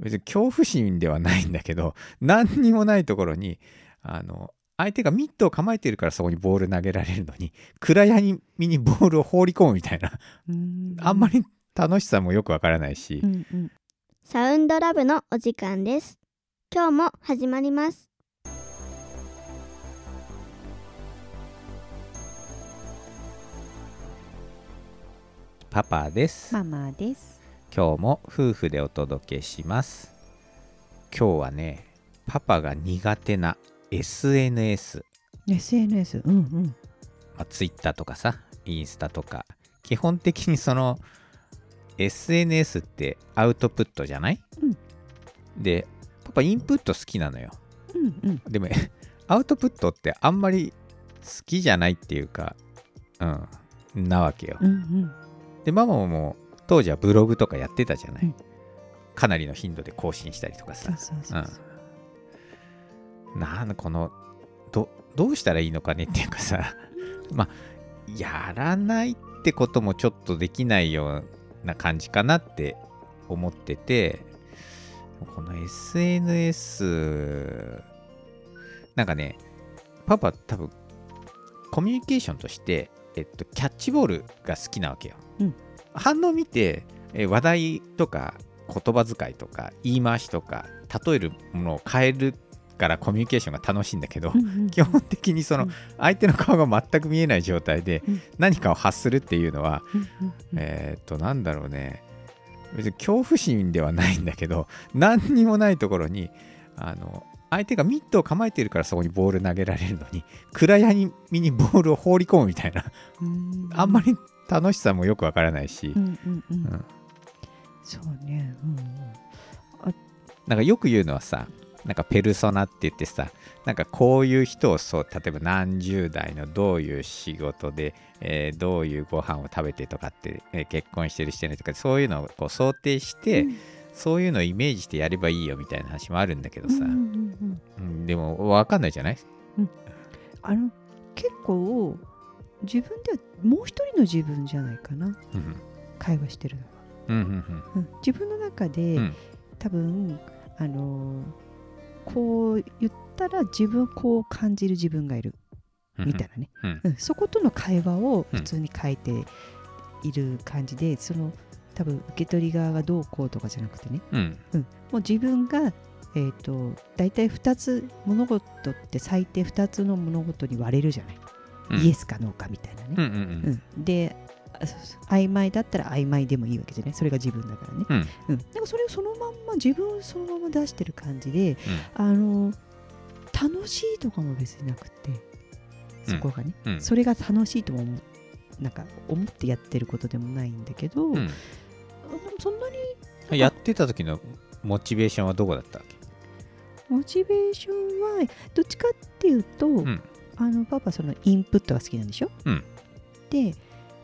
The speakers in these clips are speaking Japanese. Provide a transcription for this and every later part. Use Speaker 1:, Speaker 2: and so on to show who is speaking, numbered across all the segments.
Speaker 1: 別に恐怖心ではないんだけど 何にもないところにあの相手がミットを構えてるからそこにボール投げられるのに暗闇にボールを放り込むみたいなあんまり楽しさもよくわからないし、
Speaker 2: うんうん
Speaker 3: サウンドラブのお時間です今日も始まります
Speaker 1: パパです
Speaker 2: ママです
Speaker 1: 今日も夫婦でお届けします今日はねパパが苦手な SNS、
Speaker 2: SNS うんうん
Speaker 1: まあ、Twitter とかさインスタとか基本的にその SNS ってアウトプットじゃない、でパパインプット好きなのよ
Speaker 2: うんうん
Speaker 1: でも アウトプットってあんまり好きじゃないっていうかうんなわけよ、
Speaker 2: うんうん
Speaker 1: でママももう当時はブログとかやってたじゃない、
Speaker 2: うん
Speaker 1: かなりの頻度で更新したりとか
Speaker 2: そ
Speaker 1: さ
Speaker 2: うそうそうそう
Speaker 1: なんこのどどうしたらいいのかねっていうかさ まあやらないってこともちょっとできないような感じかなって思っててこの SNS なんかねパパ多分コミュニケーションとして、えっと、キャッチボールが好きなわけよ、
Speaker 2: うん
Speaker 1: 反応見てえ話題とか言葉遣いとか言い回しとか例えるものを変えるからコミュニケーションが楽しいんだけど、
Speaker 2: うんうん
Speaker 1: 基本的にその
Speaker 2: うん
Speaker 1: 相手の顔が全く見えない状態で
Speaker 2: うん
Speaker 1: 何かを発するっていうのは、
Speaker 2: うんうんうん
Speaker 1: えーっとなんだろうね別に恐怖心ではないんだけど 何にもないところにあの相手がミットを構えてるからそこにボール投げられるのに暗闇にボールを放り込むみたいな
Speaker 2: うん
Speaker 1: あんまり楽しさもよくわからないし、
Speaker 2: うんうんうん
Speaker 1: うん
Speaker 2: そうねうん
Speaker 1: なんかよく言うのはさなんかペルソナって言ってさなんかこういう人をそう例えば何十代のどういう仕事で、えーどういうご飯を食べてとかって、えー結婚してるしてないとかそういうのをこう想定して、
Speaker 2: うん
Speaker 1: そういうのをイメージしてやればいいよみたいな話もあるんだけど
Speaker 2: うんうん
Speaker 1: さ、
Speaker 2: う
Speaker 1: うん
Speaker 2: んうん
Speaker 1: でもわかんないじゃない
Speaker 2: あの結構自分ではもう一人の自分じゃないかな
Speaker 1: うん
Speaker 2: 会話してるのは、
Speaker 1: うんうん
Speaker 2: うん自分の中で、
Speaker 1: うん
Speaker 2: 多分あのーこう言ったら自分こう感じる自分がいる
Speaker 1: うん
Speaker 2: みたいなね、
Speaker 1: うん
Speaker 2: うんそことの会話を普通に書いている感じで、その多分受け取り側がどうこうとかじゃなくてね
Speaker 1: うん
Speaker 2: もう自分が、えー、と大体2つ物事って最低2つの物事に割れるじゃない、
Speaker 1: うん
Speaker 2: イエスかノーかみたいなね
Speaker 1: う、んうんうん
Speaker 2: うんであそうそう曖昧だったら曖昧でもいいわけじゃないそれが自分だからね、
Speaker 1: うん
Speaker 2: うん、なんかそれをそのまんま自分をそのまま出してる感じで、あの楽しいとかも別になくてそこがね、
Speaker 1: うん
Speaker 2: それが楽しいとも思うなんか思ってやってることでもないんだけど、
Speaker 1: うん
Speaker 2: そんなに
Speaker 1: やってた時のモチベーションはどこだったわけ
Speaker 2: モチベーションはどっちかっていうと、
Speaker 1: ん
Speaker 2: あのパパそのインプットが好きなんでしょ、
Speaker 1: うん
Speaker 2: で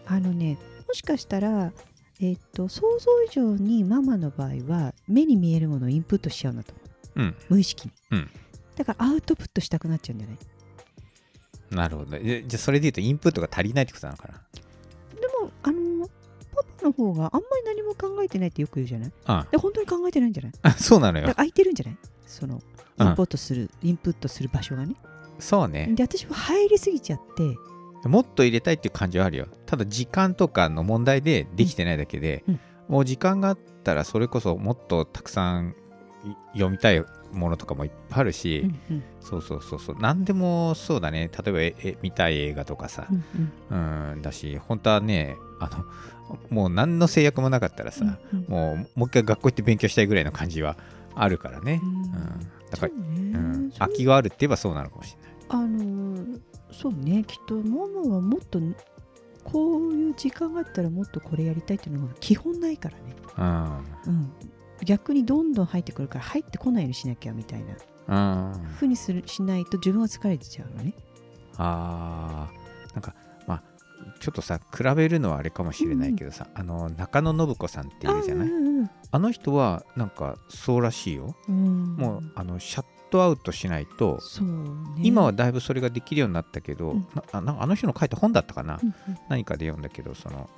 Speaker 2: あのねもしかしたら、えっと想像以上にママの場合は目に見えるものをインプットしちゃうなと思
Speaker 1: うん
Speaker 2: う無意識に、
Speaker 1: うん
Speaker 2: だからアウトプットしたくなっちゃうんじゃない
Speaker 1: なるほどじゃじゃあそれで言うとインプットが足りないってことなのかな
Speaker 2: でもあのパパの方があんまり何も考えてないってよく言うじゃない
Speaker 1: あ
Speaker 2: で本当に考えてないんじゃないだ
Speaker 1: あそうなの
Speaker 2: から
Speaker 1: よ。
Speaker 2: 空いてるんじゃないその
Speaker 1: う
Speaker 2: イ
Speaker 1: ん
Speaker 2: ンプットする、インプットする場所がね
Speaker 1: そうね。
Speaker 2: で私は入りすぎちゃって
Speaker 1: もっと入れたいっていう感じはあるよ。ただ時間とかの問題でできてないだけで、
Speaker 2: うん
Speaker 1: もう時間があったらそれこそもっとたくさんい読みたいものとかもいっぱいあるし、
Speaker 2: うんうん
Speaker 1: そうそうそうそう。何でもそうだね。例えばええ見たい映画とかさ
Speaker 2: う、んうん
Speaker 1: うん、だし、本当はね、あの、もう何の制約もなかったらさ、
Speaker 2: うんうん
Speaker 1: もうもう一回学校行って勉強したいぐらいの感じはあるからね。
Speaker 2: うん
Speaker 1: うん、だから、
Speaker 2: そうね
Speaker 1: うん、
Speaker 2: そう
Speaker 1: 空きがあるって言えばそうなのかもしれない。
Speaker 2: あのーそうねきっとママはもっとこういう時間があったらもっとこれやりたいっていうのが基本ないからね、
Speaker 1: うん
Speaker 2: うん、逆にどんどん入ってくるから入ってこないようにしなきゃみたいな
Speaker 1: うん
Speaker 2: ふうにするしないと自分は疲れてちゃうのね
Speaker 1: あーなんかまあちょっとさ比べるのはあれかもしれないけどさ、あの中野信子さんっているじゃないあ,、
Speaker 2: うんうん
Speaker 1: の人はなんかそうらしいよ、
Speaker 2: うん、
Speaker 1: もうあのシャットアウトしないと、
Speaker 2: そうね
Speaker 1: 今はだいぶそれができるようになったけど、
Speaker 2: うん
Speaker 1: なあなんかあの人の書いた本だったかな、
Speaker 2: うん
Speaker 1: 何かで読んだけどその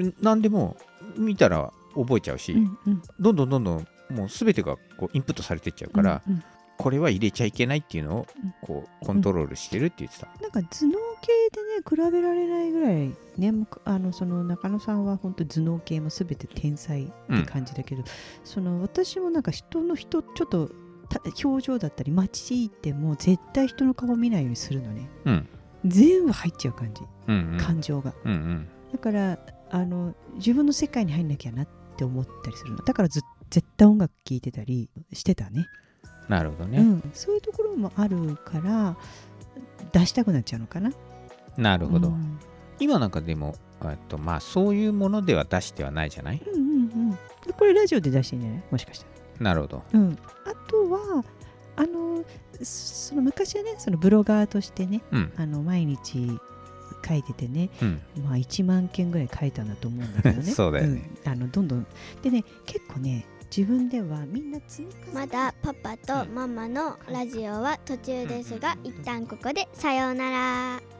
Speaker 1: ん何でも見たら覚えちゃうし、
Speaker 2: うんうん
Speaker 1: どんどんどんどんもう全てがこうインプットされてっちゃうから、
Speaker 2: うんうん
Speaker 1: これは入れちゃいけないっていうのを
Speaker 2: うん
Speaker 1: こうコントロールしてるって言ってた。
Speaker 2: なんか頭脳系でね比べられないぐらいねもうあのその中野さんは本当頭脳系も全て天才って感じだけど、その私もなんか人の人ちょっとた表情だったり街行っても絶対人の顔見ないようにするのね、
Speaker 1: うん
Speaker 2: 全部入っちゃう感じ、
Speaker 1: うんうん
Speaker 2: 感情が
Speaker 1: うんうん
Speaker 2: だからあの自分の世界に入んなきゃなって思ったりするのだからず絶対音楽聴いてたりしてたね
Speaker 1: なるほど
Speaker 2: う
Speaker 1: ね。
Speaker 2: ん、そういうところもあるから出したくなっちゃうのかな
Speaker 1: なるほど。
Speaker 2: うん
Speaker 1: 今なんかでも、えっとまあ、そういうものでは出してはないじゃない
Speaker 2: うんうんうんでこれラジオで出してんじゃないもしかした
Speaker 1: なるほど。
Speaker 2: ら、うん、あとはあのその昔はねそのブロガーとしてね
Speaker 1: うん。
Speaker 2: あの毎日書いててね、
Speaker 1: うん。
Speaker 2: まあ、1万件ぐらい書いたんだと思うんだけ どね
Speaker 1: そうだよね、
Speaker 2: うんあのどんどんでね結構ね自分ではみんな積み重ね
Speaker 3: まだパパとママのラジオは途中ですが一旦ここでさようなら